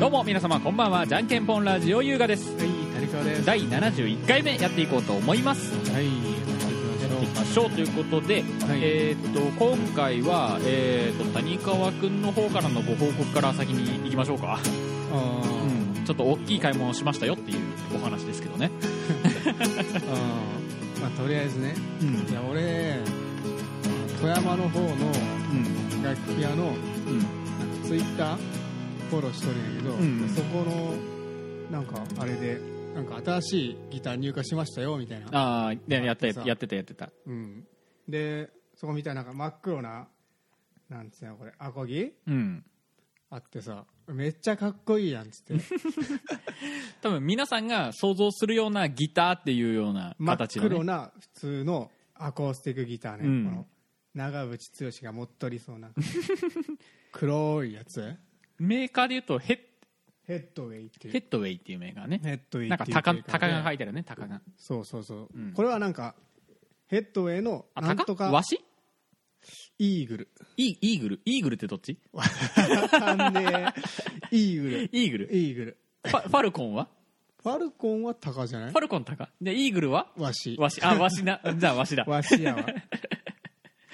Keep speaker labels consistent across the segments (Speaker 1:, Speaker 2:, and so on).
Speaker 1: どうも皆様こんばんはじゃんけんぽんラジオ優雅です
Speaker 2: はい、谷川です。
Speaker 1: 第71回目やっていこうと思います
Speaker 2: はい、
Speaker 1: やっていきましょうということで、
Speaker 2: はい
Speaker 1: えーっと今回は、えーっと谷川君の方からのご報告から先に行きましょうか、
Speaker 2: あー
Speaker 1: ちょっと大きい買い物をしましたよっていうお話ですけどね、
Speaker 2: あーまあ、とりあえずね、
Speaker 1: うん
Speaker 2: いや、俺、富山の方の楽器屋のツイッターフォローしとるんやけど、
Speaker 1: うん
Speaker 2: そこの、なんか、あれで、なんか新しいギター入荷しましたよ、みたいな。
Speaker 1: ああでやって
Speaker 2: さ
Speaker 1: やってたやってた
Speaker 2: うん。で、そこ見たらなんか真っ黒な、なんつうのこれ、アコギ
Speaker 1: うん
Speaker 2: あってさ、めっちゃかっこいいやん、つって。
Speaker 1: 多分皆さんが想像するようなギターっていうような
Speaker 2: 真っ
Speaker 1: 形の、ね、
Speaker 2: 黒な普通のアコースティックギターね、
Speaker 1: うん
Speaker 2: この長渕剛が持っとりそうな 黒いやつ
Speaker 1: メーカーでいうとヘッ
Speaker 2: ヘッドウェイっていう
Speaker 1: ヘッドウェイっていうメーカーね
Speaker 2: ヘッドウェイ
Speaker 1: なん
Speaker 2: っ
Speaker 1: か
Speaker 2: ていう
Speaker 1: 高
Speaker 2: メーカーで
Speaker 1: 高が書いてあるね高が
Speaker 2: そうそうそう、
Speaker 1: うん
Speaker 2: これはなんかヘッドウェイの
Speaker 1: あ
Speaker 2: なんと
Speaker 1: 高
Speaker 2: か
Speaker 1: わし
Speaker 2: イーグル
Speaker 1: イーイーグルイーグルってどっち
Speaker 2: わかんねえイーグル
Speaker 1: イーグル
Speaker 2: イーグル
Speaker 1: ファファルコンは
Speaker 2: ファルコンは高じゃない
Speaker 1: ファルコン高でイーグルは
Speaker 2: わし
Speaker 1: わしあわしなじゃあわしだわ
Speaker 2: わしやわ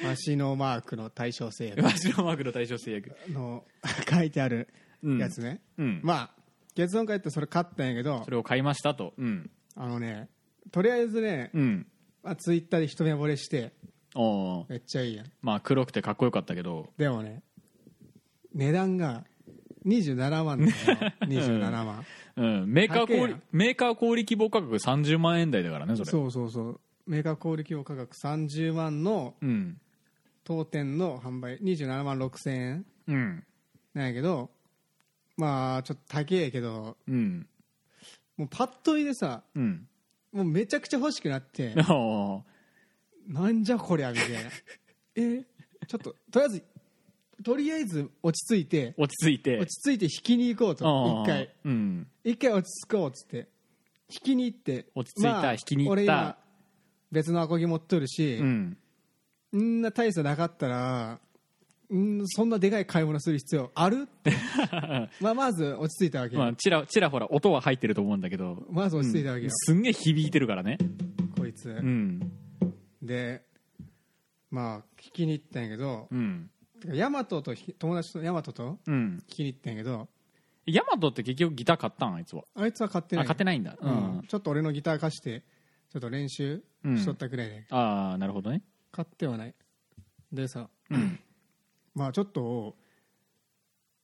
Speaker 2: わしのマークの対象制約
Speaker 1: しのマークの対象制約
Speaker 2: の 書いてあるやつね、
Speaker 1: うん
Speaker 2: まあ結論から言ってそれ買ったんやけど
Speaker 1: それを買いましたとうん
Speaker 2: あのねとりあえずね、
Speaker 1: うん
Speaker 2: まあ、ツイッターで一目惚れして
Speaker 1: おー
Speaker 2: めっちゃいいやん
Speaker 1: まあ黒くてかっこよかったけど
Speaker 2: でもね値段が27万 だよ27万、
Speaker 1: うんメーカー
Speaker 2: 高え
Speaker 1: 小売
Speaker 2: な
Speaker 1: メーカー小売希望価格30万円台だからねそれ
Speaker 2: そうそうそうメーカー小売規模価格30万の
Speaker 1: うん
Speaker 2: 当店の販売27万6000円
Speaker 1: うん
Speaker 2: なんやけどまあちょっと高えけど
Speaker 1: うん
Speaker 2: もうパッと見でさ
Speaker 1: うん
Speaker 2: もうめちゃくちゃ欲しくなって
Speaker 1: あー
Speaker 2: なんじゃこりゃみた いなえちょっととりあえずとりあえず落ち着いて
Speaker 1: 落ち着いて
Speaker 2: 落ち着いて引きに行こうと
Speaker 1: あー
Speaker 2: 一回
Speaker 1: うん
Speaker 2: 一回落ち着こうっつって引きに行って
Speaker 1: 落ち着いた引きに行った
Speaker 2: 俺今別のアコギ持っとるし
Speaker 1: う、ん
Speaker 2: んな大差なかったらんそんなでかい買い物する必要あるって まあまず落ち着いたわけよ、
Speaker 1: まあちらちらほら音は入ってると思うんだけど
Speaker 2: まず落ち着いたわけよ、
Speaker 1: すんげえ響いてるからね
Speaker 2: こいつ、
Speaker 1: うん
Speaker 2: でまあ引きに行ったんやけど
Speaker 1: うん
Speaker 2: てかヤマトと引き友達とヤマトと
Speaker 1: うん
Speaker 2: 引きに行ったんやけど
Speaker 1: ヤマトって結局ギター買ったんあいつは
Speaker 2: あいつは買って
Speaker 1: あ
Speaker 2: ない
Speaker 1: 買ってないんだう
Speaker 2: うん
Speaker 1: ん
Speaker 2: ちょっと俺のギター貸してちょっと練習しとったくらいで、
Speaker 1: ああなるほどね
Speaker 2: 買ってはないでさ、
Speaker 1: うん
Speaker 2: まあちょっと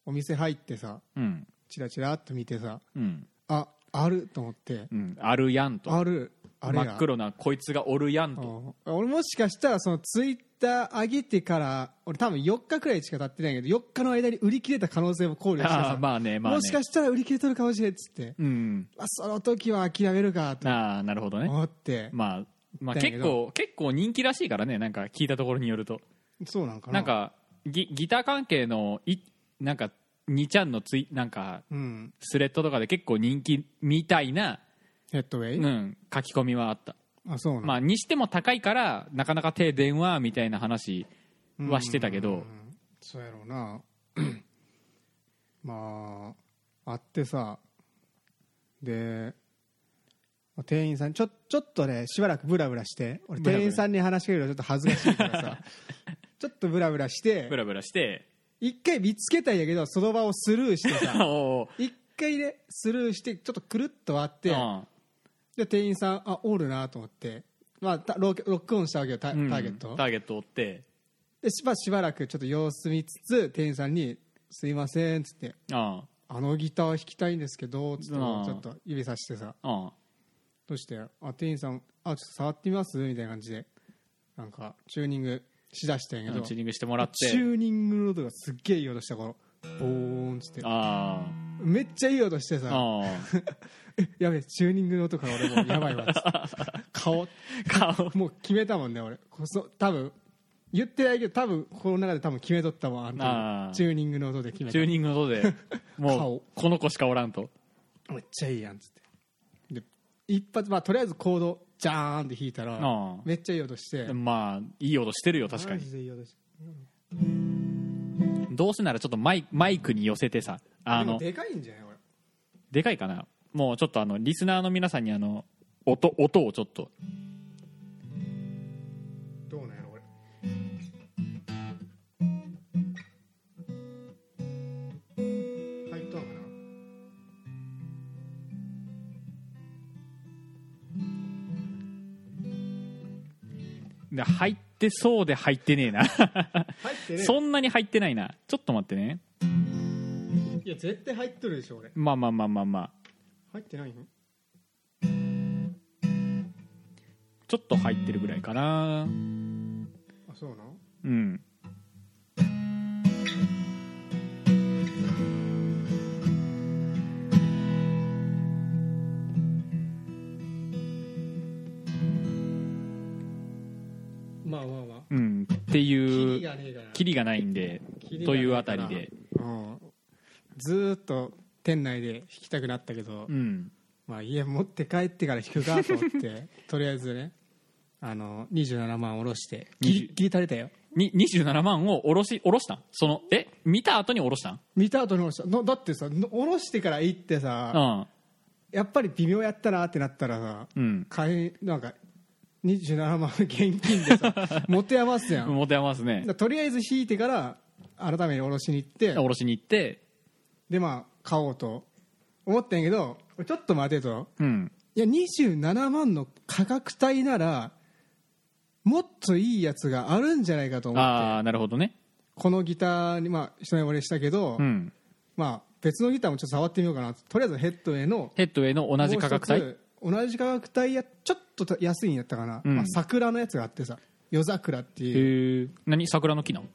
Speaker 2: お店入ってさ
Speaker 1: うん
Speaker 2: チラチラっと見てさ
Speaker 1: うん
Speaker 2: ああると思って
Speaker 1: うんあるやんと
Speaker 2: あるあれ
Speaker 1: 真
Speaker 2: や
Speaker 1: っ黒なこいつがおるやんと
Speaker 2: うん俺もしかしたらそのツイッター上げてから俺多分4日くらいしか経ってないけど4日の間に売り切れた可能性も考慮して
Speaker 1: ああ
Speaker 2: さ、
Speaker 1: まあねまあね
Speaker 2: もしかしたら売り切れとるかもしれんっつって、
Speaker 1: うん
Speaker 2: あその時は諦めるかと
Speaker 1: ああなるほどね
Speaker 2: 思って、
Speaker 1: まあまあ
Speaker 2: だけ
Speaker 1: 結
Speaker 2: ど
Speaker 1: 構結構人気らしいからねなんか聞いたところによると
Speaker 2: そうなんかな
Speaker 1: なんかギギター関係のいなんか2ちゃんのツイなんか
Speaker 2: うん、
Speaker 1: スレッドとかで結構人気みたいな、
Speaker 2: ヘッドウェイ、
Speaker 1: うん、書き込みはあった、
Speaker 2: あそうなん
Speaker 1: まあ、にしても高いからなかなか手電話みたいな話はしてたけ
Speaker 2: うんうん
Speaker 1: ど
Speaker 2: うんそうやろうな まああってさでまあ店員さんちょちょっとねしばらくブラブラして俺
Speaker 1: ブラブラ
Speaker 2: 店員さんに話しかけるのちょっと恥ずかしいか らさちょっとブラブラして
Speaker 1: ブラブラして
Speaker 2: 一回見つけたんやけどその場をスルーして
Speaker 1: お
Speaker 2: さ
Speaker 1: お
Speaker 2: 一回ねスルーしてちょっとくるっと割って
Speaker 1: ーうん
Speaker 2: で店員さんあおるなと思って、まあ、たロケロックオンしたわけよタタ
Speaker 1: うん
Speaker 2: ーゲットを、
Speaker 1: ターゲット追って
Speaker 2: でしばしばらくちょっと様子見つつ店員さんに「すいません」っつって
Speaker 1: あ
Speaker 2: 「あのギター弾きたいんですけど」つってち
Speaker 1: うん
Speaker 2: ょっと指さしてさ
Speaker 1: ああ
Speaker 2: 「どうしてあ店員さんあちょっと触ってみます?」みたいな感じでなんかチューニングしだしたんやけど
Speaker 1: チューニングしてもらって
Speaker 2: チューニングの音がすっげえいい音したからボーンっつって
Speaker 1: あ
Speaker 2: めっちゃいい音して
Speaker 1: あ
Speaker 2: さ
Speaker 1: あ あ
Speaker 2: 「やべえチューニングの音から俺もうやばいわ」っつって顔
Speaker 1: 顔
Speaker 2: もう決めたもんね俺こそ多分言ってないけど多分この中で多分決めとったもんあの
Speaker 1: あー
Speaker 2: 時チューニングの音で決め
Speaker 1: チ
Speaker 2: た
Speaker 1: ューニングの音でもう
Speaker 2: 顔
Speaker 1: この子しかおらんと
Speaker 2: めっちゃいいやんっつってで一発まあとりあえずコードジャーンって弾いたら
Speaker 1: ああ
Speaker 2: めっちゃいい音して
Speaker 1: まあいい音してるよ確か
Speaker 2: マ
Speaker 1: に
Speaker 2: ジでいい音して
Speaker 1: どうせならちょっとマイマイクに寄せてさあ
Speaker 2: あの
Speaker 1: の
Speaker 2: でかいんじゃない俺
Speaker 1: でかいかなもうちょっとあのリスナーの皆さんにあの音音をちょっと
Speaker 2: どうなんやろこれ入ったのかな
Speaker 1: で入ってそうで入ってねえな
Speaker 2: 入ってね
Speaker 1: そんなに入ってないなちょっと待ってね
Speaker 2: いや絶対入っとるでしょ俺
Speaker 1: まあまあまあまあまあ
Speaker 2: 入ってないの
Speaker 1: ちょっと入ってるぐらいかな
Speaker 2: あそうなの
Speaker 1: うん
Speaker 2: まあまあまあ
Speaker 1: うんって
Speaker 2: キ
Speaker 1: い
Speaker 2: リ
Speaker 1: う
Speaker 2: がねえから
Speaker 1: キリがないんで
Speaker 2: キリが
Speaker 1: と
Speaker 2: ないから
Speaker 1: いうあたりで
Speaker 2: うんずーっと店内で弾きたくなったけど、
Speaker 1: うん
Speaker 2: まあ、家持って帰ってから弾くかと思って とりあえずねあの27万下ろしてギリ
Speaker 1: 20
Speaker 2: ギリ足りたよ
Speaker 1: に27万を下ろし下ろしたんそのえ見た後に下ろしたん
Speaker 2: 見た後に下ろしたのだってさの下ろしてから行ってさ、
Speaker 1: う
Speaker 2: やっぱり微妙やったなってなったらさ、
Speaker 1: ん
Speaker 2: 買いなんか27万現金 でさ持て余すや
Speaker 1: うん
Speaker 2: ん
Speaker 1: 持てますね
Speaker 2: だとりあえず引いてから改めに下ろしに行って
Speaker 1: 下ろしに行って
Speaker 2: でまあ買おうと思ったんやけどちょっと待てと
Speaker 1: うん
Speaker 2: いや27万の価格帯ならもっといいやつがあるんじゃないかと思って
Speaker 1: ああなるほどね
Speaker 2: このギターにまあ一目惚れしたけど、
Speaker 1: うん
Speaker 2: まあ別のギターもちょっと触ってみようかなととりあえずヘッドへの
Speaker 1: ヘッドウェイの同じ価格帯
Speaker 2: もう一つ同じ価格帯やちょっと安いんやったかな、
Speaker 1: うん
Speaker 2: まあ、桜のやつがあってさ夜桜っていう
Speaker 1: へえ何桜の木なの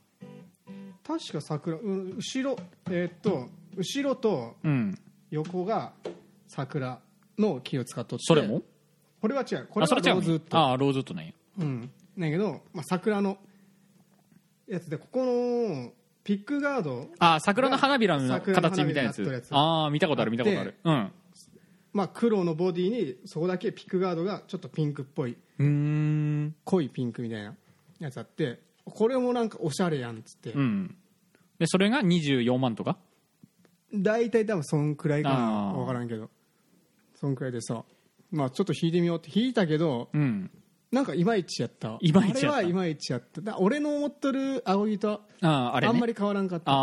Speaker 2: 確か桜、うん、後ろえーっと後ろと
Speaker 1: うん
Speaker 2: 横が桜の木を使っとって
Speaker 1: それも
Speaker 2: これは違うこれ
Speaker 1: あそ
Speaker 2: は
Speaker 1: れ違う
Speaker 2: ローズウ
Speaker 1: ね
Speaker 2: ッド
Speaker 1: ああローズウッドなんや
Speaker 2: うん、なんやけど、まあ、桜のやつでここのピックガード、
Speaker 1: あー桜の花びらの
Speaker 2: 桜の
Speaker 1: 形
Speaker 2: 花
Speaker 1: み
Speaker 2: び
Speaker 1: たいなや
Speaker 2: らになっ
Speaker 1: つ
Speaker 2: とるやつ
Speaker 1: ああ見たことある見たことあるうん
Speaker 2: まあ、黒のボディにそこだけピックガードがちょっとピンクっぽいう
Speaker 1: ーん
Speaker 2: 濃いピンクみたいなやつあってこれもなんかおしゃれやんっつって、
Speaker 1: うんでそれが24万とか
Speaker 2: 大体多分そんくらいかな
Speaker 1: あー
Speaker 2: 分からんけどそんくらいでさまあちょっと弾いてみようって弾いたけど
Speaker 1: うん
Speaker 2: なんかいまいちやった
Speaker 1: いまいちやった
Speaker 2: あれはいまいちやっただ俺の思っとる青木と
Speaker 1: あああれ
Speaker 2: あん
Speaker 1: ね
Speaker 2: まり変わらんかったあ,、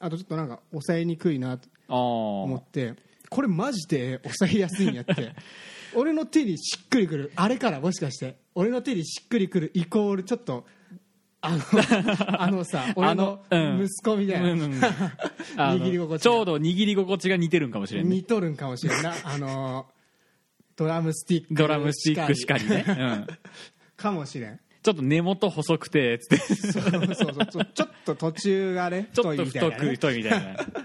Speaker 1: あ
Speaker 2: とちょっとなんか抑えにくいなと
Speaker 1: ああ
Speaker 2: 思っ
Speaker 1: ー
Speaker 2: てこれマジで抑えやすいんやって 俺の手にしっくりくるあれからもしかして俺の手にしっくりくるイコールちょっと あのあのさ俺の
Speaker 1: あのうん
Speaker 2: 息子みたいな、
Speaker 1: うんうんあの
Speaker 2: 握り心地が
Speaker 1: ちょうど握り心地が似てるんかもしれんね
Speaker 2: 似とるんかもしれんなあのドラムスティック
Speaker 1: ドラムスティックしかりね、うん、
Speaker 2: かもしれん
Speaker 1: ちょっと根元細くてつって
Speaker 2: そうそうそうちょちょっと途中が ね
Speaker 1: ちょっと
Speaker 2: 太いみた
Speaker 1: 太
Speaker 2: いな
Speaker 1: く
Speaker 2: ね、
Speaker 1: 太いみたいな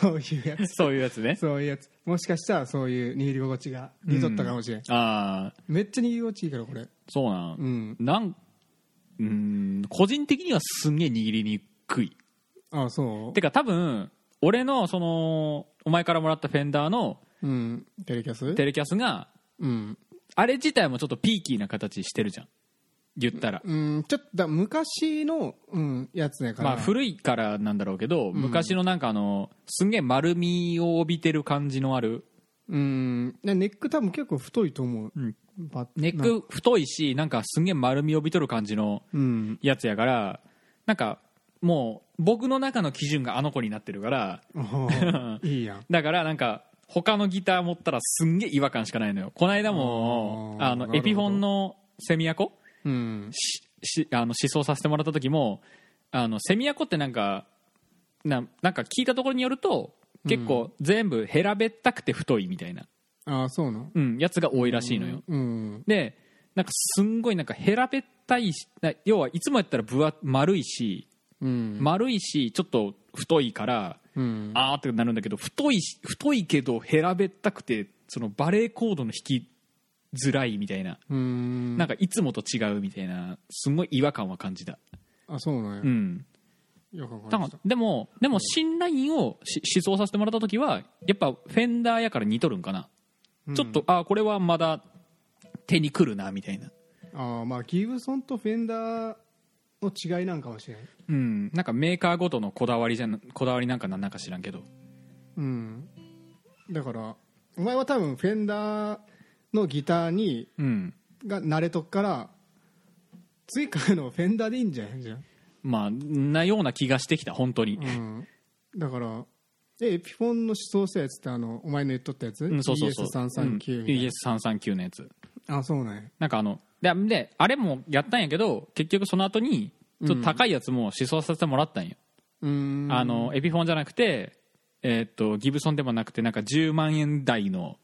Speaker 2: そういうやつ
Speaker 1: そういうやつね
Speaker 2: そういうやつもしかしたらそういう握り心地が似とったかもしれん、
Speaker 1: ああ
Speaker 2: めっちゃ握り心地いいからこれ
Speaker 1: そうなん、
Speaker 2: うん
Speaker 1: なんうーん個人的にはすんげえ握りにくい
Speaker 2: ああそう
Speaker 1: てか多分俺のそのお前からもらったフェンダーの
Speaker 2: うんテレキャス
Speaker 1: テレキャスが
Speaker 2: うん
Speaker 1: あれ自体もちょっとピーキーな形してるじゃん言ったら、
Speaker 2: うんちょっとだ昔の、うん、やつやから、
Speaker 1: まあ古いからなんだろうけど、昔のなんかあのすんげえ丸みを帯びてる感じのある、
Speaker 2: うんネック多分結構太いと思う、
Speaker 1: うん
Speaker 2: バッ
Speaker 1: ネック太いしなんかすんげえ丸みを帯びとる感じの
Speaker 2: うん
Speaker 1: やつやからなんかもう僕の中の基準があの子になってるから
Speaker 2: おーいい やん
Speaker 1: だからなんか他のギター持ったらすんげえ違和感しかないのよこの間も
Speaker 2: あー
Speaker 1: あ
Speaker 2: なるほ
Speaker 1: の
Speaker 2: ど
Speaker 1: エピフォンのセミアコ
Speaker 2: うん
Speaker 1: ししあの試奏させてもらった時もあのセミアコってなんかななんか聞いたところによると結構全部平べったくて太いみたいな、
Speaker 2: ああそうなん
Speaker 1: うん、やつが多いらしいのよ、
Speaker 2: うん
Speaker 1: でなんかすんごいなんか平べったいしな要はいつもやったら分厚丸いし
Speaker 2: うん
Speaker 1: 丸いしちょっと太いから
Speaker 2: うん
Speaker 1: あーってなるんだけど太いし太いけど平べったくてそのバレーコードの弾きづらいみたいな、
Speaker 2: うん
Speaker 1: なんかいつもと違うみたいなすごい違和感は感じた
Speaker 2: あそうなんや、
Speaker 1: うん
Speaker 2: よくわか
Speaker 1: だ
Speaker 2: り
Speaker 1: か
Speaker 2: ま
Speaker 1: ら
Speaker 2: した
Speaker 1: でもでも新ラインをし試奏させてもらった時はやっぱフェンダーやから似とるんかな、ちょっとあーこれはまだ手にくるなみたいな
Speaker 2: ああまあギブソンとフェンダーの違いなんかもしれん
Speaker 1: うんなんかメーカーごとのこだわりじゃなこだわりなんかなんなんか知らんけど
Speaker 2: うんだからお前は多分フェンダーのギターに
Speaker 1: うん
Speaker 2: が慣れとくから次買うのフェンダーでいいんじゃないじゃん、
Speaker 1: まあなような気がしてきた本当に、
Speaker 2: うん、だからえエピフォンの思想したやつってあのお前の言っとったやつ、
Speaker 1: うん、そうそうそう
Speaker 2: ES339 みたいな、
Speaker 1: ES339 のやつ
Speaker 2: あそうね
Speaker 1: なんかあのでであれもやったんやけど結局その後にちょっと高いやつも試奏させてもらったんよ、
Speaker 2: うーん
Speaker 1: あのエピフォンじゃなくて、えーっとギブソンでもなくてなんか10万円台の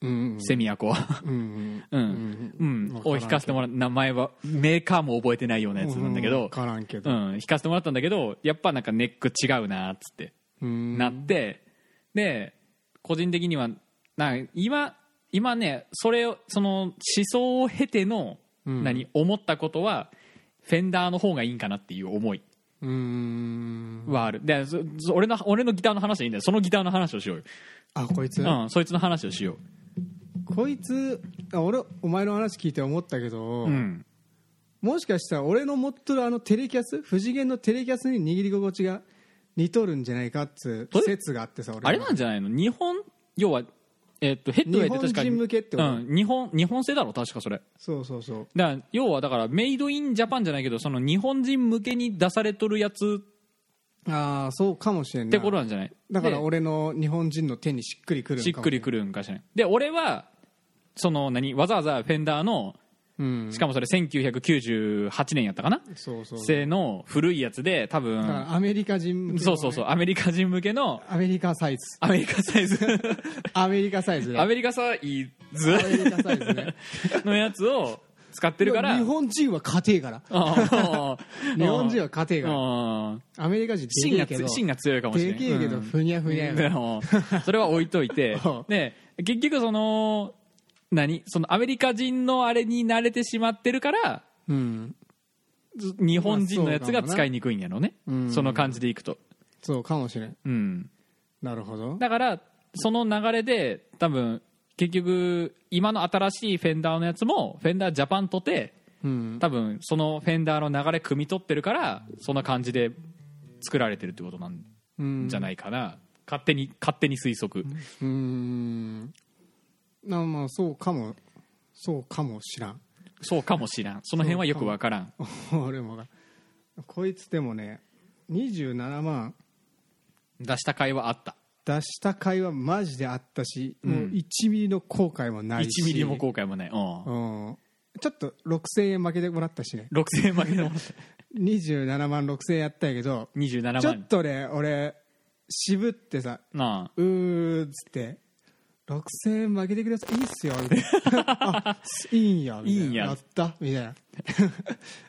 Speaker 2: うん
Speaker 1: セミアコ、
Speaker 2: うんうん
Speaker 1: うんう
Speaker 2: うん
Speaker 1: ん
Speaker 2: わ、から
Speaker 1: を
Speaker 2: ん
Speaker 1: 弾かせてもらっ名前はメーカーも覚えてないようなやつなんだけ
Speaker 2: わ
Speaker 1: ど、
Speaker 2: からんけ
Speaker 1: う
Speaker 2: ど、
Speaker 1: ん弾かせてもらったんだけどやっぱなんかネック違うなーっつって
Speaker 2: うん
Speaker 1: なって、で個人的にはなんか今今ねそれをその思想を経ての、
Speaker 2: うん
Speaker 1: 何思ったことはフェンダーの方がいいんかなっていう思いう
Speaker 2: ーん
Speaker 1: はあるでそそ俺の俺のギターの話はいいんだよそのギターの話をしようよ、
Speaker 2: あこいつ、
Speaker 1: うん、そいつの話をしよ
Speaker 2: こいつあ俺お前の話聞いて思ったけど、
Speaker 1: う、うん、
Speaker 2: もしかしたら俺の持っとるあのテレキャス不次元のテレキャスに握り心地が似とるんじゃないかっつ
Speaker 1: そうれ
Speaker 2: 説があってさ俺
Speaker 1: あれなんじゃないの日本要は、えっとヘッドウェイって確かに
Speaker 2: 日本人向けってこと
Speaker 1: うん、日本日本製だろ確かそれ
Speaker 2: そうそうそう
Speaker 1: だから要はだからメイドインジャパンじゃないけどその日本人向けに出されとるやつ
Speaker 2: ああそうかもしれ
Speaker 1: っ
Speaker 2: んな
Speaker 1: てことなんじゃない
Speaker 2: だから
Speaker 1: で
Speaker 2: 俺の日本人の手にしっくりくるん
Speaker 1: しっ
Speaker 2: かも
Speaker 1: くりくるんかしらんで俺はその何わざわざフェンダーの
Speaker 2: うん
Speaker 1: しかもそれ1998年やったかな
Speaker 2: そうそうだ
Speaker 1: 製の古いやつで多
Speaker 2: か
Speaker 1: 分
Speaker 2: らアメリカ人向けのね
Speaker 1: そうそうそうアメリカ人向け の
Speaker 2: アメリカサ イズ
Speaker 1: アメリカサイズ
Speaker 2: アメリカサイズね
Speaker 1: アメリカサイズ
Speaker 2: アメリカサイズね
Speaker 1: の やつを使ってるから
Speaker 2: 日本人は硬いから
Speaker 1: あー
Speaker 2: 日本人は硬いから
Speaker 1: あー
Speaker 2: アメリカ人
Speaker 1: 芯
Speaker 2: で
Speaker 1: が
Speaker 2: けえけど
Speaker 1: つ芯が強いかもしれない
Speaker 2: でけえけどふにゃふにゃやから
Speaker 1: うんそれは置いといて
Speaker 2: うん
Speaker 1: で結局その何そのアメリカ人のあれに慣れてしまってるから
Speaker 2: うん
Speaker 1: ず日本人のやつが使いにくいんやろうね、
Speaker 2: まあそうかもな
Speaker 1: その感じでいくと、
Speaker 2: そうかもしれん
Speaker 1: うん、
Speaker 2: なるほど
Speaker 1: だからその流れで多分結局今の新しいフェンダーのやつもフェンダージャパンとて
Speaker 2: うん
Speaker 1: 多分そのフェンダーの流れ汲み取ってるからそんな感じで作られてるってことなん
Speaker 2: うん
Speaker 1: じゃないかな、勝手に勝手に推測、
Speaker 2: うーんなまあそうかもそうかもしらん
Speaker 1: そうかもしらんその辺はよくわからん
Speaker 2: 俺もがこいつでもね27万
Speaker 1: 出した会はあった
Speaker 2: 出した回はマジであったし、
Speaker 1: うん
Speaker 2: もう1ミリの後悔もないし
Speaker 1: 1ミリも後悔もない、うん
Speaker 2: うんちょっと6000円負けてもらったしね
Speaker 1: 6000円負けの
Speaker 2: 27万6000円やったんやけど
Speaker 1: 27
Speaker 2: ちょっ
Speaker 1: 万
Speaker 2: とね俺渋ってさ
Speaker 1: なあ
Speaker 2: うーっつって6000円負けてくださいいいっすよみたいな あいいんやみたいない
Speaker 1: いんや
Speaker 2: ったみたいな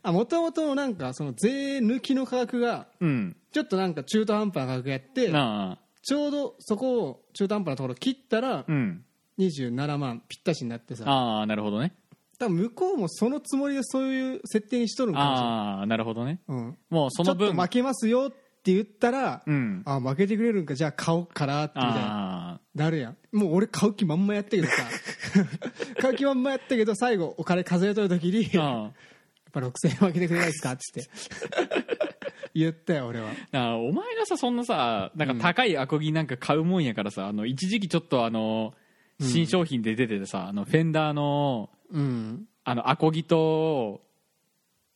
Speaker 2: あもともとなんかその税抜きの価格が
Speaker 1: うん
Speaker 2: ちょっとなんか中途半端な価格やって
Speaker 1: なあ
Speaker 2: ちょうどそこを中途半端なところ切ったら
Speaker 1: うん
Speaker 2: 27万ぴったしになってさ
Speaker 1: ああなるほどね
Speaker 2: 多分向こうもそのつもりでそういう設定にしとるんかもしれない
Speaker 1: ああなるほどね
Speaker 2: うん、
Speaker 1: もうそ
Speaker 2: ちょ
Speaker 1: の
Speaker 2: っと
Speaker 1: 分
Speaker 2: 負けますよって言ったら、
Speaker 1: うん
Speaker 2: あ負けてくれるんかじゃあ買おうかなってみたいな
Speaker 1: あ
Speaker 2: なるやんもう俺買う気まんまやった けどさ買う気まんまやったけど最後お金数えとる時に「
Speaker 1: ー
Speaker 2: やっ
Speaker 1: あ
Speaker 2: ぱ6000円分けてくれないですか?」っつって 言ったよ俺は
Speaker 1: ーなあお前がさそんなさなんか高いアコギなんか買うもんやからさあの一時期ちょっとあの新商品で出ててさあのフェンダーの
Speaker 2: うん
Speaker 1: あのアコギと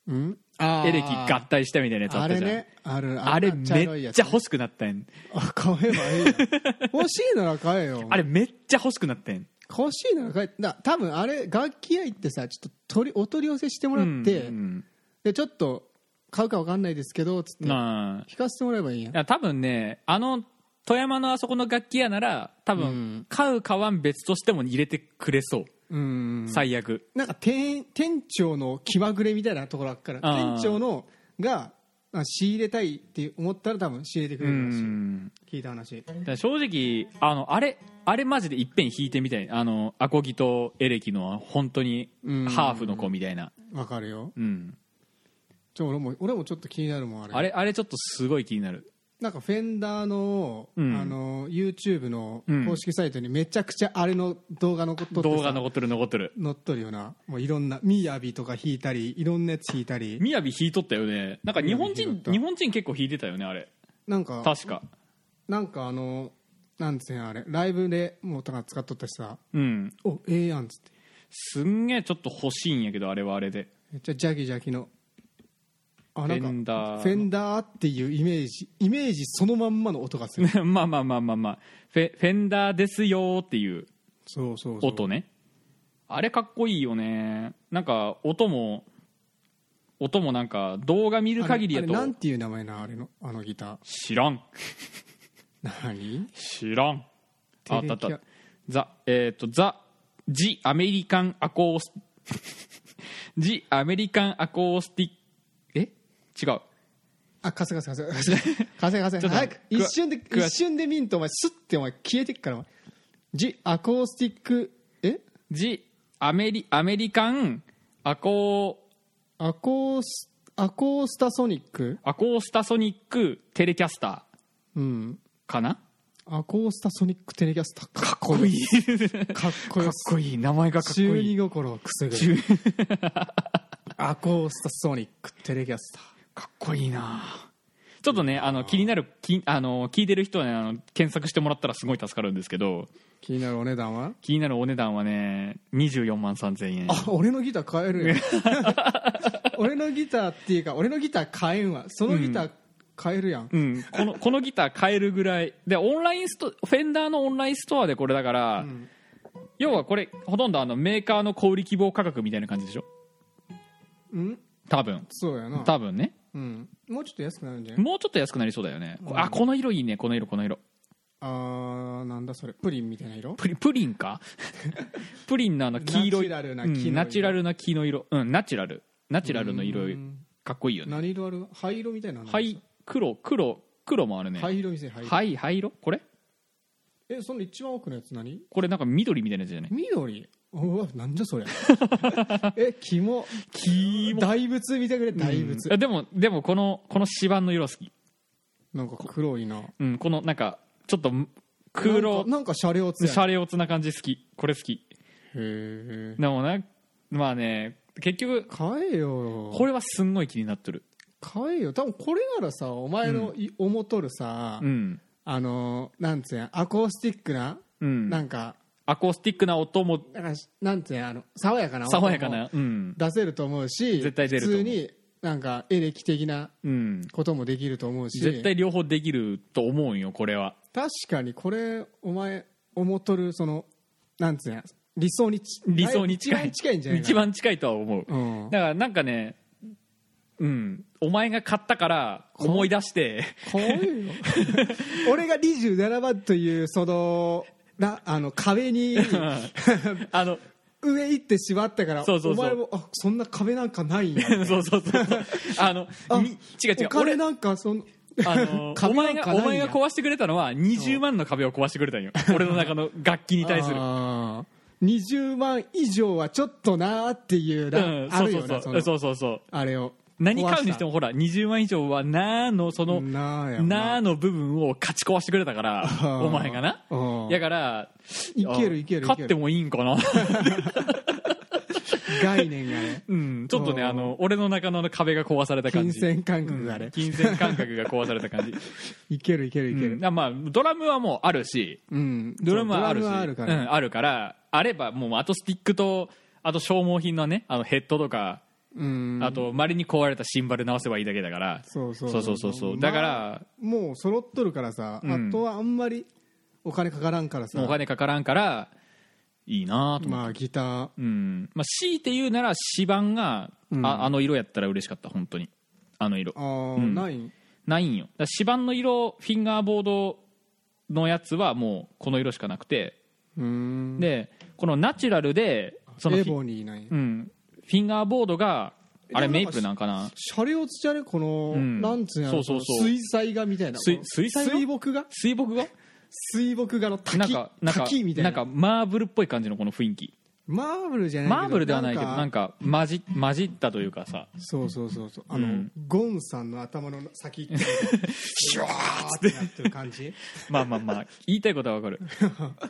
Speaker 2: うんあー
Speaker 1: エレキ合体したみたいなやつあ
Speaker 2: あ
Speaker 1: った
Speaker 2: れ
Speaker 1: じゃん
Speaker 2: ねある
Speaker 1: あれ
Speaker 2: んな色い
Speaker 1: めっ
Speaker 2: やつ
Speaker 1: ちゃ欲しくなったん
Speaker 2: あ買 えばいいやん欲しいなら買えよ
Speaker 1: あれめっちゃ欲しくなったん
Speaker 2: 欲しいなら買えだ多分あれ楽器屋行ってさちょっと取りお取り寄せしてもらって、
Speaker 1: うんうん
Speaker 2: でちょっと買うか分かんないですけどつって弾
Speaker 1: まあ
Speaker 2: かせてもらえばいいやん
Speaker 1: いや多分ねあの富山のあそこの楽器屋なら多分、
Speaker 2: うん
Speaker 1: 買う買わん別としても入れてくれそう、
Speaker 2: うん
Speaker 1: 最悪
Speaker 2: なんか店店長の気まぐれみたいなところあっから
Speaker 1: あー
Speaker 2: 店長のがあ仕入れたいって思ったら多分仕入れてく
Speaker 1: う
Speaker 2: れるらしい
Speaker 1: ん
Speaker 2: 聞いた話
Speaker 1: だから正直あのあれあれマジでいっぺん弾いてみたいあのアコギとエレキの本当に
Speaker 2: うん
Speaker 1: ハーフの子みたいな、
Speaker 2: わかるよ
Speaker 1: うん、
Speaker 2: ちょ俺も俺もちょっと気になるもんあれ
Speaker 1: あれあれちょっとすごい気になる
Speaker 2: なんかフェンダーの,、
Speaker 1: うん
Speaker 2: あの YouTube の
Speaker 1: うん
Speaker 2: 公式サイトにめちゃくちゃあれの動画残っとってさ
Speaker 1: 動画残ってる残ってる
Speaker 2: 載っとるよなもういろんなみやびとか弾いたりいろんなやつ弾いたり
Speaker 1: みやび弾いとったよねなんか日本
Speaker 2: みやび弾い
Speaker 1: 人
Speaker 2: とった
Speaker 1: 日本人結構弾いてたよねあれ
Speaker 2: なんか
Speaker 1: 確か
Speaker 2: なんかあのなんですねあれライブでもうだから使っとったしさ
Speaker 1: うん
Speaker 2: おええやんっつって
Speaker 1: すんげえちょっと欲しいんやけどあれはあれで
Speaker 2: めっちゃジャキジャキのあなんか
Speaker 1: フェンダーの
Speaker 2: フェンダーっていうイメージイメージそのまんまの音が する
Speaker 1: まあまあまあまあまあフェフェンダーですよーっていう
Speaker 2: そうそうそう
Speaker 1: 音ねあれかっこいいよねなんか音も音もなんか動画見る限り
Speaker 2: あ
Speaker 1: や
Speaker 2: れあれなん
Speaker 1: と
Speaker 2: ていう名前なあれのあのギター
Speaker 1: 知らん
Speaker 2: 何
Speaker 1: 知らんああったあっ
Speaker 2: テレ
Speaker 1: た
Speaker 2: キャ
Speaker 1: ザえっ、とザ・ジ・アメリカン・アコース ジ・アメリカン・アコースティックえ違う
Speaker 2: あカセカセカセカセカセカセ
Speaker 1: ち ょっと
Speaker 2: 早く
Speaker 1: くわ
Speaker 2: 一瞬で
Speaker 1: くわ
Speaker 2: 一瞬で見んとお前スッてお前消えてっからお前ジアコースティックえ
Speaker 1: ジ・アメリアメリカン・アコー
Speaker 2: アコースアコースタソニック
Speaker 1: アコースタソニックテレキャスタ
Speaker 2: うん
Speaker 1: ーかな
Speaker 2: アコースタソニックテレキャスターかっこ
Speaker 1: かっこ
Speaker 2: い
Speaker 1: い
Speaker 2: い
Speaker 1: い
Speaker 2: かっこよす
Speaker 1: こいい名前が
Speaker 2: 中二心をくすぐる アコースタソニックテレキャスター
Speaker 1: かっこいいなちょっとねあの気になるきあの聞いてる人はねあの検索してもらったらすごい助かるんですけど
Speaker 2: 気になるお値段は
Speaker 1: 気になるお値段はね24万3000円
Speaker 2: あ俺のギター買え るやん俺のギターっていうか俺のギター買えんわそのギター買えるやん、
Speaker 1: うん、こ のこのギター買えるぐらいでオンラインストフェンダーのオンラインストアでこれだから、
Speaker 2: ん
Speaker 1: 要はこれほとんどあのメーカーの小売希望価格みたいな感じでしょ
Speaker 2: うん、
Speaker 1: 多分
Speaker 2: そうやな
Speaker 1: 多分ね
Speaker 2: うん、もうちょっと安くなるんじゃない
Speaker 1: もうちょっと安くなりそうだよね、あこの色いいねこの色この色
Speaker 2: あーなんだそれプリンみたいな色
Speaker 1: プリプリンか プリンのあの黄色い
Speaker 2: ナチュラルな
Speaker 1: う
Speaker 2: 黄
Speaker 1: ん
Speaker 2: の色
Speaker 1: ナチュラルな黄の色うんナチュラルナチュラルの色
Speaker 2: うん
Speaker 1: かっこいいよね
Speaker 2: 何色ある灰色みたいなの
Speaker 1: 灰黒黒黒もあるね
Speaker 2: 灰色見せ灰色、
Speaker 1: 灰灰色これ
Speaker 2: えその一番奥のやつ何
Speaker 1: これなんか緑みたいなやつじゃない
Speaker 2: 緑うわなんじゃ そりゃえキモ
Speaker 1: 黄
Speaker 2: 大仏見てくれ大仏、
Speaker 1: でもでもこのこの芝の色好き
Speaker 2: なんか黒いな
Speaker 1: うんこのなんかちょっと黒
Speaker 2: なんかなんかシャレオツ
Speaker 1: シ
Speaker 2: やんへ
Speaker 1: ャレオツな感じ好きこれ好き
Speaker 2: え
Speaker 1: でもなまあね結局
Speaker 2: 買えよ
Speaker 1: これはすんごい気になっとる
Speaker 2: 買えよ多分これならさお前のい思とるさ、
Speaker 1: うん
Speaker 2: あのーなんつうやアコースティックな、
Speaker 1: うん
Speaker 2: なんか
Speaker 1: アコースティックな音も
Speaker 2: なんかしなんつうやあの爽やかな音も
Speaker 1: 爽やかなうん
Speaker 2: 出せると思うし
Speaker 1: 絶対出ると思う
Speaker 2: 普通になんかエレキ的な
Speaker 1: うん
Speaker 2: こともできると思うし
Speaker 1: 絶対両方できると思うんよこれは
Speaker 2: 確かにこれお前思とるそのなんつうや理想にち
Speaker 1: 理想に近
Speaker 2: 一
Speaker 1: い
Speaker 2: 番近いんじゃないか
Speaker 1: 一番近いとは思う、
Speaker 2: うん
Speaker 1: だからなんかねうんお前が買ったから
Speaker 2: う
Speaker 1: 思い出して
Speaker 2: かわいいよ俺が27番というそのなあの壁 に
Speaker 1: あの
Speaker 2: 上行ってしまったから
Speaker 1: そうそうそう
Speaker 2: お前もあそんな壁なんかないんや
Speaker 1: そうそうそう そうあの
Speaker 2: あ
Speaker 1: み違う違う
Speaker 2: お金
Speaker 1: 俺
Speaker 2: なんかその
Speaker 1: あのお
Speaker 2: 壁な
Speaker 1: 前
Speaker 2: ん
Speaker 1: が
Speaker 2: かないんや
Speaker 1: お前が壊してくれたのは20万の壁を壊してくれたんよ俺の中の楽器に対する
Speaker 2: あー20万以上はちょっとなーっていう
Speaker 1: う
Speaker 2: な、
Speaker 1: ん、
Speaker 2: あ
Speaker 1: そう
Speaker 2: る
Speaker 1: そ
Speaker 2: よ
Speaker 1: う
Speaker 2: な
Speaker 1: そ
Speaker 2: そうの
Speaker 1: そうそうそう
Speaker 2: あれを
Speaker 1: 何買うにしてもほら20万以上はなーのその
Speaker 2: なあやん
Speaker 1: なーの部分を勝ち壊してくれたから
Speaker 2: ー
Speaker 1: お前がな
Speaker 2: うん
Speaker 1: やから
Speaker 2: いけるいけるいける
Speaker 1: 勝ってもいいんか な
Speaker 2: 概念がね
Speaker 1: うんちょっとね
Speaker 2: うん
Speaker 1: あの俺の中の壁が壊された 感
Speaker 2: 金
Speaker 1: じ
Speaker 2: 銭感覚がね、
Speaker 1: 金銭感覚が壊された 感じ、
Speaker 2: いけるいけるいけ
Speaker 1: うん
Speaker 2: る、
Speaker 1: あまあドラムはもうあるし
Speaker 2: うん
Speaker 1: ドラムはあるし
Speaker 2: ドラムはあるから、
Speaker 1: うん、あるからあればもうあとスティックとあと消耗品のねあのヘッドとか、
Speaker 2: うん
Speaker 1: あとまれに壊れたシンバル直せばいいだけだから
Speaker 2: そうそう
Speaker 1: そうそうそうそうだから、
Speaker 2: まあもう揃っとるからさ、
Speaker 1: うん
Speaker 2: あとはあんまりお金かからんからさ
Speaker 1: もうお金かからんからいいなと思って、
Speaker 2: まあギター
Speaker 1: うんまあ、強いて言うなら指板が、ああの色やったら嬉しかった本当にあの色
Speaker 2: あー、ないん
Speaker 1: ないんよだから指板の色フィンガーボードのやつはもうこの色しかなくて、
Speaker 2: うーん
Speaker 1: でこのナチュラルでその
Speaker 2: エ
Speaker 1: フィ,、
Speaker 2: ボニーない
Speaker 1: うん、フィンガーボードがあれ
Speaker 2: でも
Speaker 1: メ
Speaker 2: なん
Speaker 1: イ
Speaker 2: か
Speaker 1: プルなんかな
Speaker 2: シャレオツじゃねこの、
Speaker 1: ん
Speaker 2: なんつうや
Speaker 1: そ
Speaker 2: ろ
Speaker 1: うそうそう
Speaker 2: 水彩画みたいな
Speaker 1: 水水彩画
Speaker 2: 水墨画
Speaker 1: 水墨画
Speaker 2: 水墨画の滝
Speaker 1: なんかなんか
Speaker 2: 滝みたいな
Speaker 1: なんかマーブルっぽい感じのこの雰囲気
Speaker 2: マーブルじゃないけど
Speaker 1: マーブルではないけどなんか混じ混じったというかさ
Speaker 2: そうそうそうそうあの、
Speaker 1: うん
Speaker 2: ゴンさんの頭の先っちょシュワーってなってる感じ
Speaker 1: まあまあまあ言いたいことはわ かる言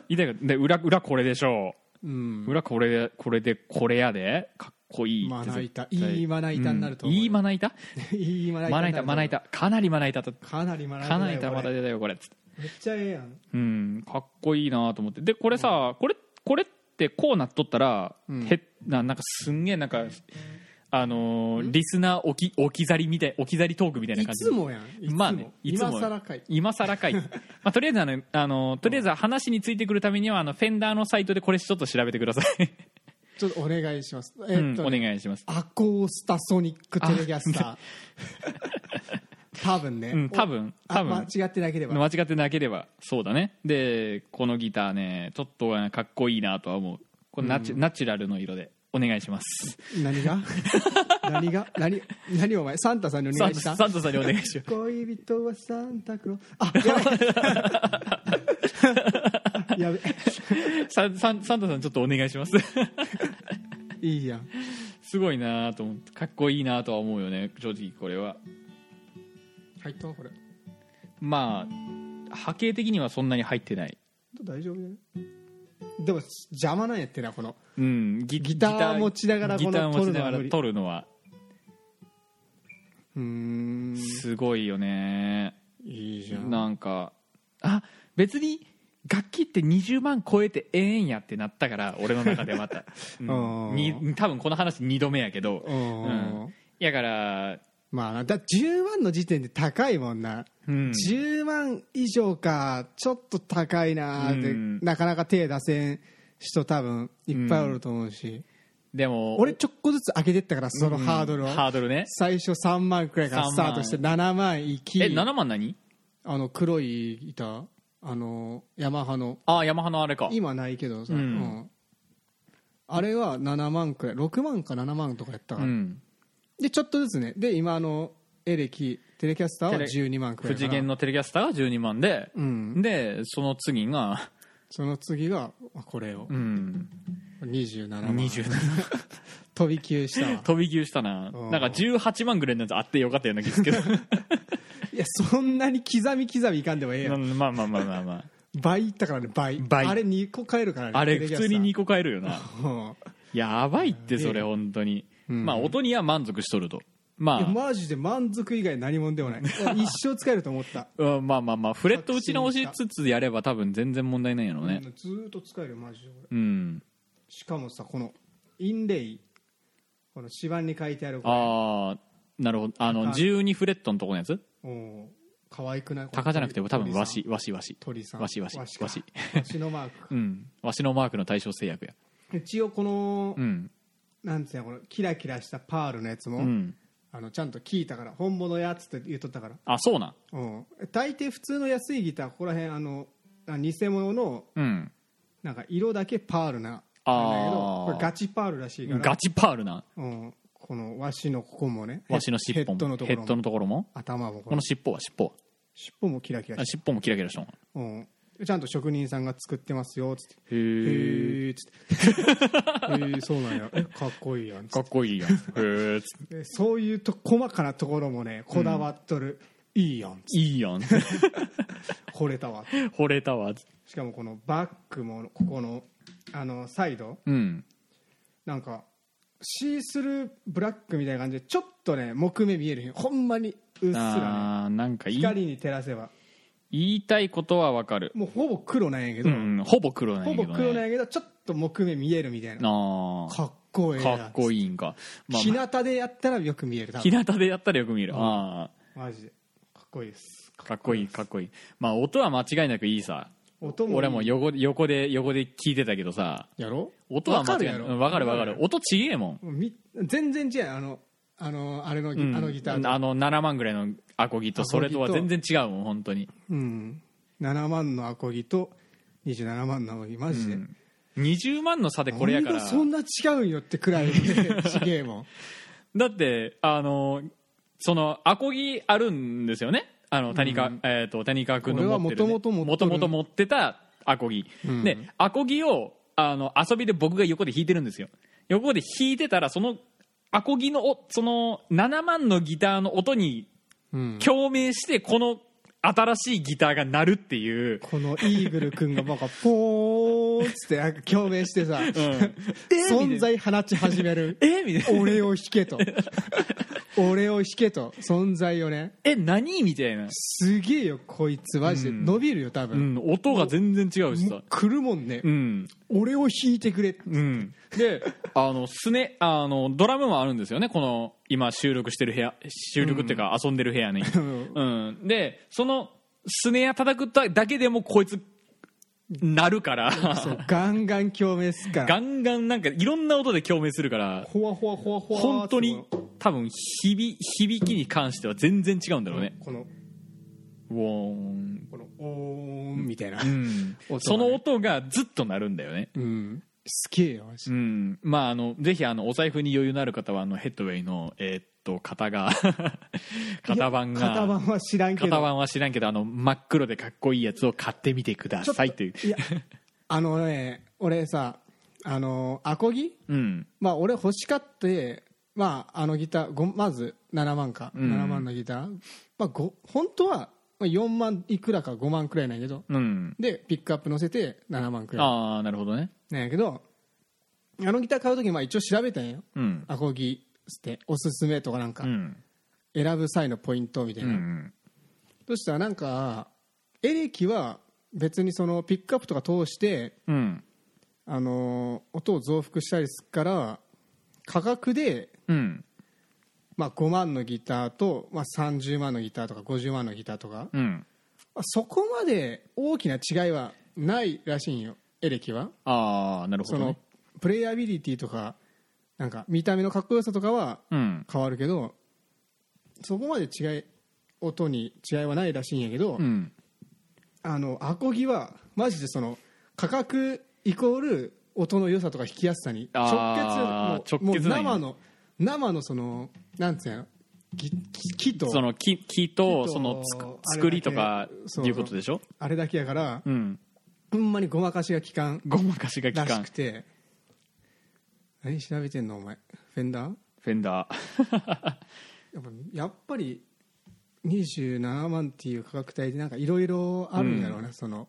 Speaker 1: いたいことで裏裏これでしょ
Speaker 2: うん
Speaker 1: う裏これでこれでこれやでかっこいいって
Speaker 2: まな板
Speaker 1: 絶対
Speaker 2: いいまな板になると
Speaker 1: うん
Speaker 2: 思うよ
Speaker 1: いいまな板
Speaker 2: いいまな板
Speaker 1: まな
Speaker 2: になる
Speaker 1: 板まな板かなりまな板だ
Speaker 2: かなりまな
Speaker 1: か
Speaker 2: 板
Speaker 1: なりたま
Speaker 2: だ
Speaker 1: だ
Speaker 2: よ
Speaker 1: だよこれつって
Speaker 2: めっちゃええやん
Speaker 1: うんかっこいいなと思ってでこれさ、これこれってこうなっとったら、
Speaker 2: うん
Speaker 1: へななんかすんげえなんかあのーリスナー置き置き去りみたい置き去りトークみたいない感じ
Speaker 2: つもやんいつも,、
Speaker 1: まあねいつも
Speaker 2: 今更かい
Speaker 1: 今更 かい、まあ、とりあえずあのあのとりあえず話についてくるためにはあのフェンダーのサイトでこれちょっと調べてください、
Speaker 2: ちょっとお願いしますえ
Speaker 1: うん
Speaker 2: っと
Speaker 1: お
Speaker 2: ね、
Speaker 1: 願いします
Speaker 2: アコースタソニックテレキャスター多分ね、
Speaker 1: うん多分
Speaker 2: あ
Speaker 1: 多分
Speaker 2: 間違ってなければ
Speaker 1: 間違ってなければそうだねでこのギターねちょっとねかっこいいなとは思うこれナチ,、ナチュラルの色でお願いします
Speaker 2: 何が何が何何お前サンタさんにお
Speaker 1: サ
Speaker 2: 願
Speaker 1: ン
Speaker 2: い
Speaker 1: タ
Speaker 2: した
Speaker 1: サンタさんにお願いします
Speaker 2: 恋人はサンタクロー あやべえやべ
Speaker 1: サンサンサンタさんちょっとお願いします
Speaker 2: えいいやん
Speaker 1: すごいなと思ってかっこいいなとは思うよね正直これは
Speaker 2: 入ったこれ
Speaker 1: まあ波形的にはそんなに入ってない
Speaker 2: 大丈夫ねでも邪魔なんやってなこの
Speaker 1: うんギ
Speaker 2: ギター持ちながらこ
Speaker 1: ギター
Speaker 2: の撮
Speaker 1: 持
Speaker 2: る
Speaker 1: ち
Speaker 2: の
Speaker 1: なが
Speaker 2: は無
Speaker 1: ら
Speaker 2: 理
Speaker 1: 撮るのは
Speaker 2: うーん
Speaker 1: すごいよね
Speaker 2: いいじゃん
Speaker 1: なんかあ別に楽器って20万超えてええんやってなったから俺の中でま た、う、
Speaker 2: うんん
Speaker 1: に多分この話2度目やけど
Speaker 2: う
Speaker 1: うん
Speaker 2: ん
Speaker 1: やから、
Speaker 2: まあだ10万の時点で高いもんな、
Speaker 1: うん、
Speaker 2: 10万以上かちょっと高いなーって、
Speaker 1: うん
Speaker 2: なかなか手出せん人多分いっぱいおると思うし、
Speaker 1: でも
Speaker 2: 俺ちょっとずつ上げてったからそのハードルを、
Speaker 1: ハードルね
Speaker 2: 最初3万くらいからスタートして
Speaker 1: 3
Speaker 2: 7万いき
Speaker 1: え7万何
Speaker 2: あの黒い板あのヤマハの
Speaker 1: ああヤマハのあれか
Speaker 2: 今ないけどさ、
Speaker 1: うん
Speaker 2: うんあれは7万くらい6万か7万とかやったか
Speaker 1: う
Speaker 2: ら、
Speaker 1: ん
Speaker 2: でちょっとずつねで今あのエレキテレキャスターは
Speaker 1: テレ
Speaker 2: 12万くらい
Speaker 1: 富
Speaker 2: かな
Speaker 1: 士元のテレキャスターが12万で、
Speaker 2: うん
Speaker 1: でその次が、
Speaker 2: その次があこれを
Speaker 1: うん、
Speaker 2: 27万
Speaker 1: 27
Speaker 2: 飛び級した わ
Speaker 1: 飛び級したな
Speaker 2: うん
Speaker 1: なんか18万ぐらいのやつあってよかったような気ですけ ど
Speaker 2: いやそんなに刻み刻みいかんでもええやん
Speaker 1: うん まあまあまあまあま
Speaker 2: 倍いったからね倍
Speaker 1: 倍
Speaker 2: あれ2個買えるからね
Speaker 1: ああれ
Speaker 2: テレ
Speaker 1: 普
Speaker 2: キャスタ
Speaker 1: 通
Speaker 2: ー
Speaker 1: に2個買えるよな
Speaker 2: うん
Speaker 1: やばいってそれ本当に、
Speaker 2: うん
Speaker 1: まあ音には満足しとると
Speaker 2: いや
Speaker 1: ま
Speaker 2: マジで満足以外何もんで もない一生使えると思った、
Speaker 1: あ、うんまあまあまあフレット打ち直しつつやれば多分全然問題ないんやろうね
Speaker 2: うんずーっと使えるよマジでこれ
Speaker 1: うん
Speaker 2: しかもさこのインレイこの指板に書いてあるこれ
Speaker 1: ああなるほどあの
Speaker 2: 高
Speaker 1: 12フレットのとこのやつ
Speaker 2: おー可愛くない
Speaker 1: 鷹じゃなくて多分わし
Speaker 2: 鳥
Speaker 1: わしわし
Speaker 2: 鳥さん
Speaker 1: わしわし
Speaker 2: わしか
Speaker 1: わし
Speaker 2: さんわしのマーク
Speaker 1: うんわしのマークの対象制約や
Speaker 2: 一応この、
Speaker 1: うん
Speaker 2: なんつうのこのキラキラしたパールのやつも、
Speaker 1: うん
Speaker 2: あのちゃんと聞いたから本物やっつって言っとったから、
Speaker 1: あそうなん
Speaker 2: うん、大抵普通の安いギターここら辺あのあ偽物の
Speaker 1: うん
Speaker 2: なんか色だけパールな
Speaker 1: あー
Speaker 2: なんだけどこれガチパールらしいから
Speaker 1: ガチパールな
Speaker 2: うん、このわしのここもね
Speaker 1: わしの尻尾
Speaker 2: ヘッドの
Speaker 1: も
Speaker 2: とこ
Speaker 1: ヘ
Speaker 2: ろも
Speaker 1: ッドのところも
Speaker 2: 頭もこ
Speaker 1: こ
Speaker 2: れ
Speaker 1: の尻尾は尻尾は
Speaker 2: 尻尾もキラキラ
Speaker 1: あ
Speaker 2: して
Speaker 1: 尻尾もキラキラしとんへ
Speaker 2: うん、ちゃんと職人さんが作ってますよつって「
Speaker 1: え
Speaker 2: へえ」つって「へえそうなんやえかっこいいやん」つ
Speaker 1: か
Speaker 2: っ
Speaker 1: っこいいやんへえ
Speaker 2: てそういうと細かなところもねこだわっとる、いいやん
Speaker 1: いいやん
Speaker 2: 惚れたわ
Speaker 1: 惚れたわ
Speaker 2: しかもこのバックもここのあのサイド
Speaker 1: うん
Speaker 2: なんかシースルーブラックみたいな感じでちょっとね木目見えるほんまにうっすらね
Speaker 1: あーなんかいい
Speaker 2: 光に照らせば
Speaker 1: 言いたいことはわかる、
Speaker 2: もうほぼ黒なんやけ
Speaker 1: う
Speaker 2: ど、
Speaker 1: ん、ほぼ黒なん
Speaker 2: ほ
Speaker 1: やけ
Speaker 2: ぼ
Speaker 1: ど
Speaker 2: 黒なん
Speaker 1: ね
Speaker 2: やけどちょっと木目見えるみたいな
Speaker 1: あ
Speaker 2: かっこえ
Speaker 1: ー
Speaker 2: えな
Speaker 1: かっこいいんか、まあ
Speaker 2: 日向でやったらよく見える多
Speaker 1: 日
Speaker 2: 分
Speaker 1: 向でやったらよく見る、あ
Speaker 2: マジでかっこいいです
Speaker 1: あかっこいいかっこいいまあ音は間違いなくいいさ
Speaker 2: 音も
Speaker 1: 俺も横横で横で聞いてたけどさ
Speaker 2: やろ
Speaker 1: 音は間
Speaker 2: わ
Speaker 1: 違い
Speaker 2: か
Speaker 1: な
Speaker 2: る
Speaker 1: い
Speaker 2: やろ
Speaker 1: うんわかるわかる音ちげえもん、
Speaker 2: もうみ全然違うあのあのあれのギ、
Speaker 1: うん
Speaker 2: あのギターと
Speaker 1: あの7万ぐらいのアコギと
Speaker 2: アコギと
Speaker 1: それとは全然違うもん本当に
Speaker 2: うん、7万のアコギと27万のアコギマジで、
Speaker 1: 20万の差でこれやから
Speaker 2: 何がそんな違うんよってくらいちげえもん
Speaker 1: だってあのそのアコギあるんですよねあの谷川、えっ、と谷川君の
Speaker 2: 俺は
Speaker 1: 持ってる、ね、
Speaker 2: 元々持っ
Speaker 1: 元
Speaker 2: とる
Speaker 1: 々持ってたアコギ、
Speaker 2: ん
Speaker 1: でアコギをあの遊びで僕が横で弾いてるんですよ横で弾いてたらそのアコギのおその7万のギターの音に
Speaker 2: うん
Speaker 1: 共鳴してこの新しいギターが鳴るっていう、
Speaker 2: このイーグル君がなんかポーンっつってなんか共鳴して さ、
Speaker 1: うん
Speaker 2: 存在放ち始める
Speaker 1: えみたいな
Speaker 2: 俺を弾けと俺を引けと存在をね
Speaker 1: え何みたいな、
Speaker 2: すげえよこいつマジで
Speaker 1: うん
Speaker 2: 伸びるよ多
Speaker 1: う
Speaker 2: 分、
Speaker 1: ん、音が全然違うし
Speaker 2: も
Speaker 1: さ
Speaker 2: う来るもんね、
Speaker 1: うん
Speaker 2: 俺を引いてくれ
Speaker 1: うん、であのスネあのドラムもあるんですよねこの今収録してる部屋収録っていうか遊んでる部屋に、うんでそのスネア叩くだけでもこいつ鳴るから
Speaker 2: そうガンガン共鳴すっか ら
Speaker 1: ガンガンなんかいろんな音で共鳴するから
Speaker 2: ほわほわほわほわ
Speaker 1: 本当に
Speaker 2: こ
Speaker 1: 多分響響きに関しては全然違うんだろう
Speaker 2: の
Speaker 1: ね
Speaker 2: この
Speaker 1: ウォーン、
Speaker 2: このおーんみたいな、
Speaker 1: うん
Speaker 2: 音がね
Speaker 1: その音がずっと鳴るんだよね
Speaker 2: うん、すげえよマジ
Speaker 1: う
Speaker 2: で
Speaker 1: んまああのぜひあのお財布に余裕のある方はあのヘッドウェイのえーっと型が 型番が
Speaker 2: 型番は知らんけど
Speaker 1: 型番は知らんけどあの真っ黒でかっこいいやつを買ってみてくださいという
Speaker 2: いやあのね俺さあのアコギ
Speaker 1: うん
Speaker 2: まあ俺欲しかってまああのギターごまず7万か、
Speaker 1: うん
Speaker 2: 7万のギター、まあ、ご本当はまあ4万いくらか5万くらいなんやけど
Speaker 1: うん
Speaker 2: でピックアップ乗せて7万くら
Speaker 1: ああなるほどね
Speaker 2: いなんやけどあのギター買う時まあ一応調べたんよ
Speaker 1: うん
Speaker 2: アコギっておすすめとかなんか
Speaker 1: うん
Speaker 2: 選ぶ際のポイントみたいうな、
Speaker 1: ん
Speaker 2: そしたらなんかエレキは別にそのピックアップとか通して
Speaker 1: うん
Speaker 2: あのー音を増幅したりするから価格で、
Speaker 1: うん
Speaker 2: まあ、5万のギターと、まあ、30万のギターとか50万のギターとか、
Speaker 1: うん
Speaker 2: まあそこまで大きな違いはないらしいんよエレキは
Speaker 1: ああなるほ
Speaker 2: そ
Speaker 1: ど
Speaker 2: の
Speaker 1: ね
Speaker 2: プレイアビリティとかなんか見た目のかっこよさとかは
Speaker 1: うん
Speaker 2: 変わるけどそこまで違い音に違いはないらしいんやけど、
Speaker 1: うん
Speaker 2: あのアコギはマジでその価格イコール音の良さとか弾きやすさに
Speaker 1: あー
Speaker 2: 直結もう
Speaker 1: 直結なんや
Speaker 2: もう生の生のそのなんつうの木木と
Speaker 1: その木木と
Speaker 2: 木と
Speaker 1: そのつく
Speaker 2: あれだけ
Speaker 1: 作りとか
Speaker 2: そう
Speaker 1: いうことでしょ
Speaker 2: あれだけやから
Speaker 1: うん
Speaker 2: ほんまにごまかしが効かん
Speaker 1: ごまかしが効
Speaker 2: ら
Speaker 1: か
Speaker 2: し
Speaker 1: ん
Speaker 2: くて何調べてんのお前フェンダー
Speaker 1: フェンダー
Speaker 2: やっぱやっぱり27万っていう価格帯でなんかいろいろあるんだろうな、その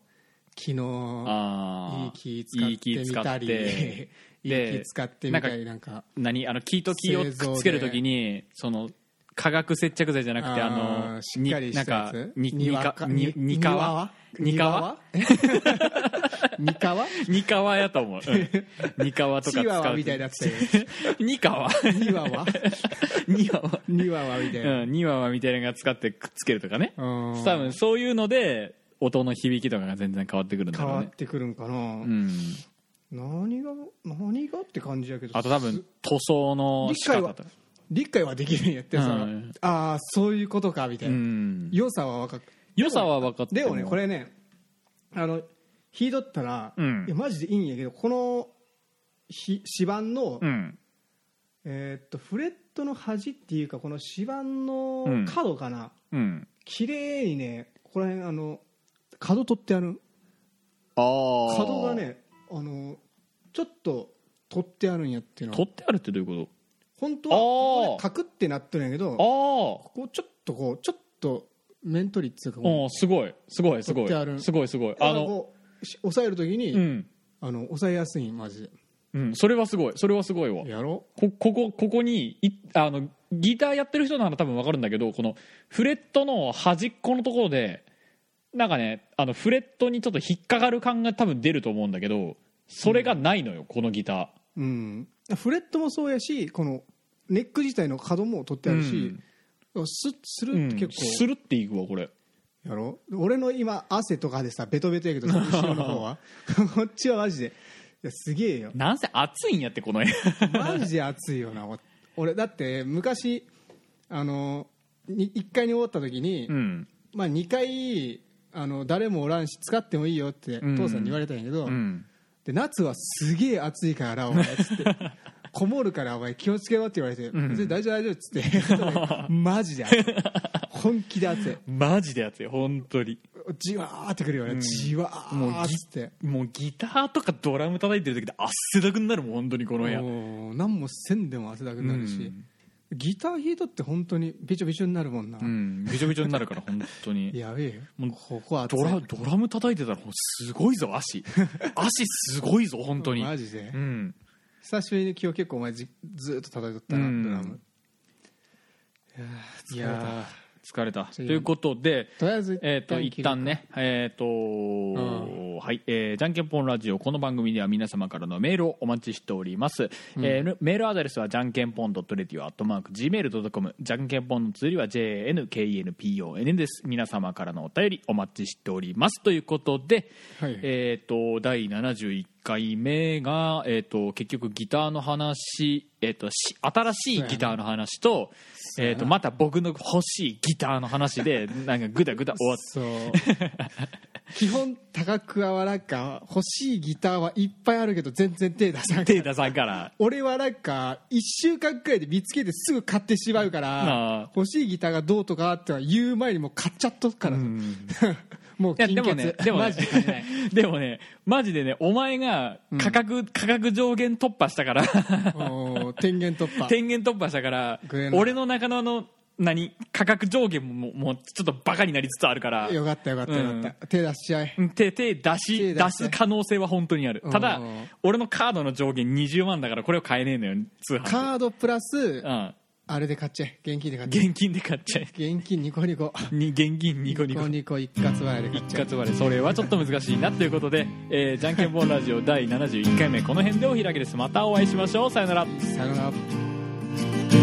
Speaker 2: 機能い
Speaker 1: あ
Speaker 2: い
Speaker 1: あ
Speaker 2: 木使ってみたり
Speaker 1: で
Speaker 2: いい木使ってみたりなんか
Speaker 1: 何あの木と木をくっつけるときにその化学接着剤じゃなくてあの
Speaker 2: ーしっかり
Speaker 1: に
Speaker 2: し
Speaker 1: なん
Speaker 2: たや
Speaker 1: か
Speaker 2: つ
Speaker 1: ににかににかわ
Speaker 2: わ
Speaker 1: にかわ
Speaker 2: にかわ
Speaker 1: にかわやと思う、うん、にかわとか使う
Speaker 2: チワワみたいなやつだよ
Speaker 1: にかわ
Speaker 2: にわわ
Speaker 1: にわわ
Speaker 2: にわわみたい な
Speaker 1: うんにわわみたいなのが使ってくっつけるとかね
Speaker 2: うん
Speaker 1: 多分そういうので音の響きとかが全然変わってくるんだ
Speaker 2: 変
Speaker 1: ろう
Speaker 2: わ
Speaker 1: ね
Speaker 2: ってくるんかな、
Speaker 1: うん
Speaker 2: 何が何がって感じやけど
Speaker 1: あと多分塗装の
Speaker 2: 理
Speaker 1: 仕
Speaker 2: 解
Speaker 1: 方
Speaker 2: は
Speaker 1: とか
Speaker 2: 理解はできるんやってさ、
Speaker 1: うん
Speaker 2: ああそういうことかみたいうな、
Speaker 1: ん
Speaker 2: 良さは分かっ
Speaker 1: 良さは分かって
Speaker 2: でもねこ
Speaker 1: れ
Speaker 2: れねあの引いとったら、
Speaker 1: うん
Speaker 2: いやマジでいいんやけどこのひ指板の、
Speaker 1: うん
Speaker 2: えーっとフレットの端っていうかこの指板の
Speaker 1: うん
Speaker 2: 角かな、
Speaker 1: うん
Speaker 2: 綺麗にねここら辺あの角取ってある
Speaker 1: ああ
Speaker 2: 角がねあのちょっと取ってあるんやっていうの
Speaker 1: 取ってあるってどういうこ
Speaker 2: 本当
Speaker 1: あー
Speaker 2: はここでカクってなってるんやけど
Speaker 1: と
Speaker 2: こうちょっとこうちょっと面取りっていうか
Speaker 1: ああおーすごいすごいすご
Speaker 2: 取ってある
Speaker 1: いすごいすごい
Speaker 2: あ
Speaker 1: あ
Speaker 2: の
Speaker 1: の
Speaker 2: こうし押さえるときに、
Speaker 1: うん、
Speaker 2: あの押さえやすいマジで
Speaker 1: うん、それはすごいそれはすごいわ
Speaker 2: やろ
Speaker 1: こここここにいあのギターやってる人なら多分分かるんだけどこのフレットの端っこのところでなんかねあのフレットにちょっと引っかかる感が多分出ると思うんだけどそれがないのよ、このギター
Speaker 2: うん、フレットもそうやしこのネック自体の角も取ってあるし、スッスルッ
Speaker 1: う
Speaker 2: て
Speaker 1: ん
Speaker 2: 結
Speaker 1: す
Speaker 2: 構、
Speaker 1: るっていくわこれ
Speaker 2: やろ俺の今汗とかでさベトベトやけどさ後ろの方は こっちはマジでいやすげえよ
Speaker 1: なんせ熱いんやってこの絵
Speaker 2: マジで熱いよなお俺だって昔あの1階に終わった時に、
Speaker 1: うん
Speaker 2: まあ、2階あの誰もおらんし使ってもいいよって
Speaker 1: うん
Speaker 2: 父さんに言われたんやけど、
Speaker 1: うん
Speaker 2: で夏はすげえ暑い からお前つってこもるからお前気をつけろって言われて、
Speaker 1: ん
Speaker 2: 別に大丈夫大丈夫っつって マジで暑い本気で暑い
Speaker 1: マジで熱い本当に
Speaker 2: じわーってくるよね、じわ
Speaker 1: もう
Speaker 2: ーっつって
Speaker 1: もうギターとかドラム叩いてる時で汗だくになるもん本当にこの部屋
Speaker 2: もう何もせんでも汗だくになるし、
Speaker 1: うん
Speaker 2: ギター弾いとって本当にびちょびちょになるもんな、
Speaker 1: うんびちょびちょになるから本当 に
Speaker 2: やべえよ
Speaker 1: もう
Speaker 2: ここは暑い
Speaker 1: ドラ ドラム叩いてたらもうすごいぞ 足足すごいぞ本当に
Speaker 2: マジで
Speaker 1: うん
Speaker 2: 久しぶりに今日結構お前じずーっと叩いとったな、
Speaker 1: うん
Speaker 2: ドラム
Speaker 1: いやー疲れた
Speaker 2: ち
Speaker 1: と
Speaker 2: ょ
Speaker 1: いうことで
Speaker 2: とりあえず
Speaker 1: えー、と一旦
Speaker 2: ね
Speaker 1: ね、えーとはいえーじゃんけんぽんラジオこの番組では皆様からのメールをお待ちしております、えーメールアドレスはじゃんけんぽん .radio.gmail.com じゃんけんぽんの綴りは JNKNPON です皆様からのお便りお待ちしておりますということで、
Speaker 2: はい
Speaker 1: えー、と第71回目が、えー、と結局ギターの話、えー、とし新しいギターの話と,、えー、とまた僕の欲しいギターの話でなんかグダグダ終わっ
Speaker 2: そう基本高桑はなんか欲しいギターはいっぱいあるけど全然手出さなく
Speaker 1: テ
Speaker 2: て
Speaker 1: イタさんから
Speaker 2: 俺はなんか1週間くらいで見つけてすぐ買ってしまうから
Speaker 1: あ
Speaker 2: 欲しいギターがどうとかっては言う前にもう買っちゃっとくから、 もう
Speaker 1: いや
Speaker 2: 金欠
Speaker 1: でもねでも
Speaker 2: マ
Speaker 1: ね
Speaker 2: ジで買 えない
Speaker 1: でもねマジでねお前が価格、価格上限突破したから
Speaker 2: おー天元突破
Speaker 1: 天元突破したから
Speaker 2: グレナ
Speaker 1: 俺の中野の何価格上限ももうもうちょっとバカになりつつあるから
Speaker 2: よかったよかったよかった、手出しちゃえ
Speaker 1: うん手手出し
Speaker 2: 手出し
Speaker 1: 出す可能性は本当にある
Speaker 2: うん
Speaker 1: ただ俺のカードの上限20万だからこれを買えねえのよ通販で
Speaker 2: カードプラス
Speaker 1: うん、
Speaker 2: あれで買っちゃえ現金で買っちゃ
Speaker 1: 現金で買っちゃえ
Speaker 2: え現金ニコニコ
Speaker 1: に現金ニコニコ
Speaker 2: ニコ一括払いで買っ
Speaker 1: 一
Speaker 2: ちゃえ
Speaker 1: 括割れそれはちょっと難しいなということで、えーじゃんけんぽんラジオ第71回目この辺でお開きですまたお会いしましょうさよなら
Speaker 2: さよなら